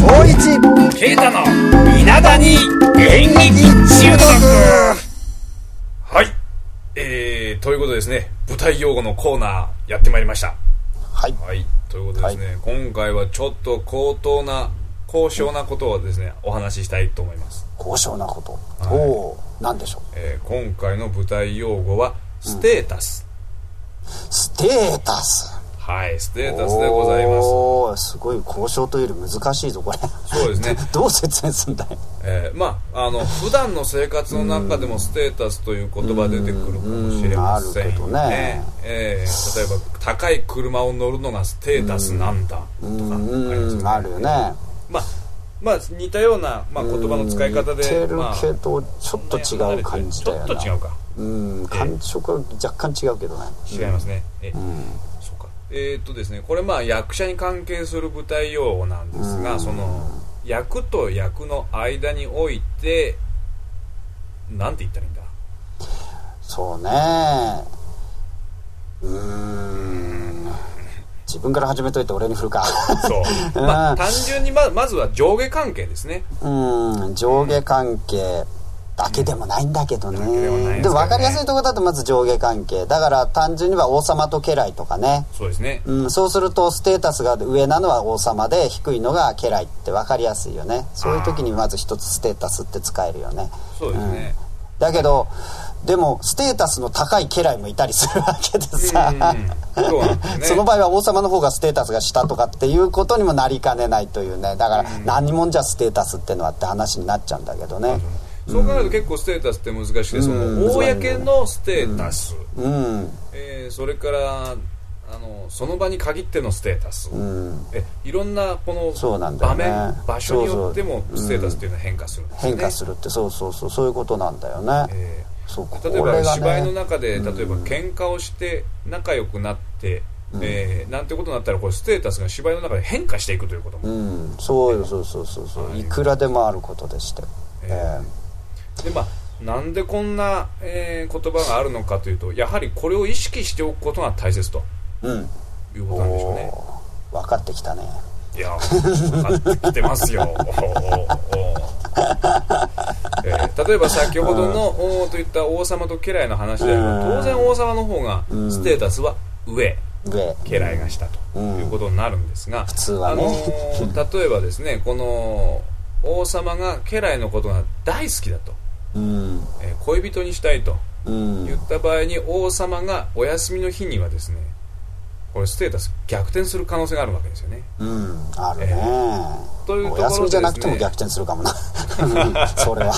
日ケイタの稲田に演劇中毒はい。えー、ということでですね、舞台用語のコーナーやってまいりました。はいはい。ということでですね、今回はちょっと高等な、高尚なことをですね、お話ししたいと思います。高尚なこと、はいおお何でしょうえー今回の舞台用語は、ステータス。ステータスはい、ステータスでございます。おおすごい交渉というより難しいぞこれそうですね。 どう説明すんだよえーまあ、 あの普段の生活の中でもステータスという言葉出てくるかもしれませんようんうんあるけどねえー例えば高い車を乗るのがステータスなんだとうかありますよんねあるよねまあまあ似たような、まあ、言葉の使い方で似てるまあけどちょっと違う感じだよちなょっと違うかうん感触は若干違うけどね違いますね、えそうかえーっとですねこれまあ役者に関係する舞台用語なんですが、その役と役の間においてなんて言ったらいいんだそうねうーん自分から始めといて俺に振るかそう。まあ、単純にま、まずは上下関係ですね。うん上下関係だけでもないんだけどね、けでもないですけどねでも分かりやすいところだとまず上下関係だから単純には王様と家来とかねそうですね。うん、そうするとステータスが上なのは王様で低いのが家来って分かりやすいよねそういう時にまず一つステータスって使えるよねそうですね。だけどでもステータスの高い家来もいたりするわけでさ、うんうんそうなんですねその場合は王様の方がステータスが下とかっていうことにもなりかねないというねだから何もんじゃステータスってのはって話になっちゃうんだけどねそう考えると結構ステータスって難しくて、その、公のステータス、うんえーそれから、あの、その場に限ってのステータス、うんえいろんなこのそうなんだ場よね面、場所によってもステータスっていうのは変化するんですね。変化するってそうそうそうそういうことなんだよね、えーそうこ例えばれがね芝居の中で例えば喧嘩をして仲良くなって、えーなんてことになったらこれステータスが芝居の中で変化していくということもうん、そうよそうそうそうそう、い、くらでもあることでして、えええでまあなんでこんな、えー言葉があるのかというとやはりこれを意識しておくことが大切とえうんいうことなんでしょうねおー分かってきたねいや分かってきてます よおーおーえー例えば先ほどの、おーといった王様と家来の話であればうん当然王様の方がステータスは上、上家来がしたとうんいうことになるんですが、普通はねあのー例えばですねこの王様が家来のことが大好きだと、うんえー恋人にしたいとうん言った場合に王様がお休みの日にはですねこれステータス逆転する可能性があるわけですよねうんあるね、というところでですねお休みじゃなくても逆転するかもなうんそれは、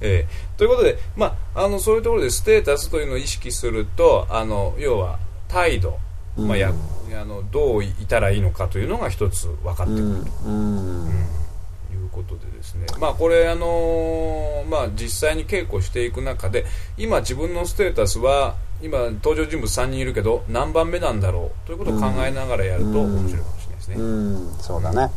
えーということで、まあ、あのそういうところでステータスというのを意識するとあの要は態度、まあやあのどういたらいいのかというのが一つ分かってくうる、んうんうんということでですね、まあ、これ、あのーまあ、実際に稽古していく中で今、自分のステータスは今、登場人物3人いるけど何番目なんだろうということを考えながらやると面白いかもしれないですね、うんそうだね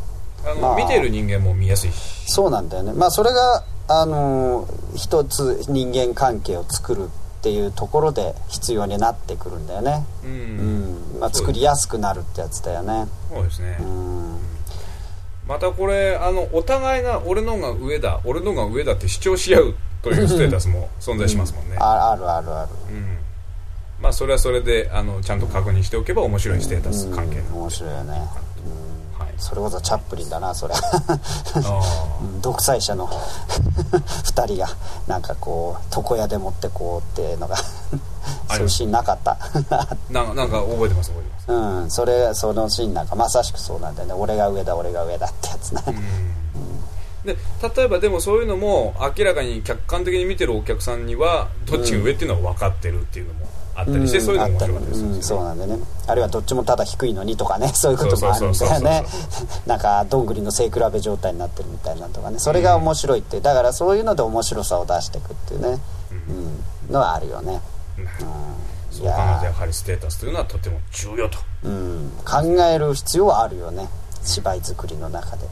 あのまあ見ている人間も見やすいし、そうなんだよねまあそれがあのー一つ人間関係を作るっていうところで必要になってくるんだよねうんうんまあ、作りやすくなるってやつだよねそうですねうんまたこれあのお互いが俺のが上だ俺のが上だって主張し合うというステータスも存在しますもんね、ああるあるあるうんまあ、それはそれであのちゃんと確認しておけば面白いステータス関係なうん面白いよねはいそれこそチャップリンだなそれあーうん独裁者の 2人がなんかこう床屋でもってこうっていうのがあそういりまうすシーンなかった なんなんか覚えてます覚えてますうんそれそのシーンなんかまさしくそうなんだよね俺が上だ俺が上だってやつねで例えばでもそういうのも明らかに客観的に見てるお客さんにはどっちが上っていうのは分かってるっていうのもあったりして、そういうのも面白かったりするんうでんすそようね、なんだよねあるいはどっちもただ低いのにとかねそういうこともあるんだよね そうそうなんかどんぐりの背比べ状態になってるみたいなのとかねそれが面白いってだからそういうので面白さを出していくっていうね、うん、のはあるよね、うん、いうそ考えるとややはりステータスというのはとても重要とー、うん、考える必要はあるよね芝居作りの中で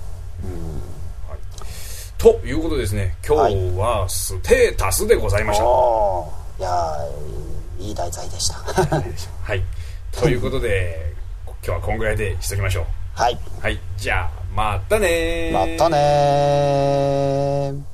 ということでですね今日はステータスでございました、はおおいやーいい題材でした い、ということで今日はこんぐらいでしときましょうはいはいじゃあまたねーまたねー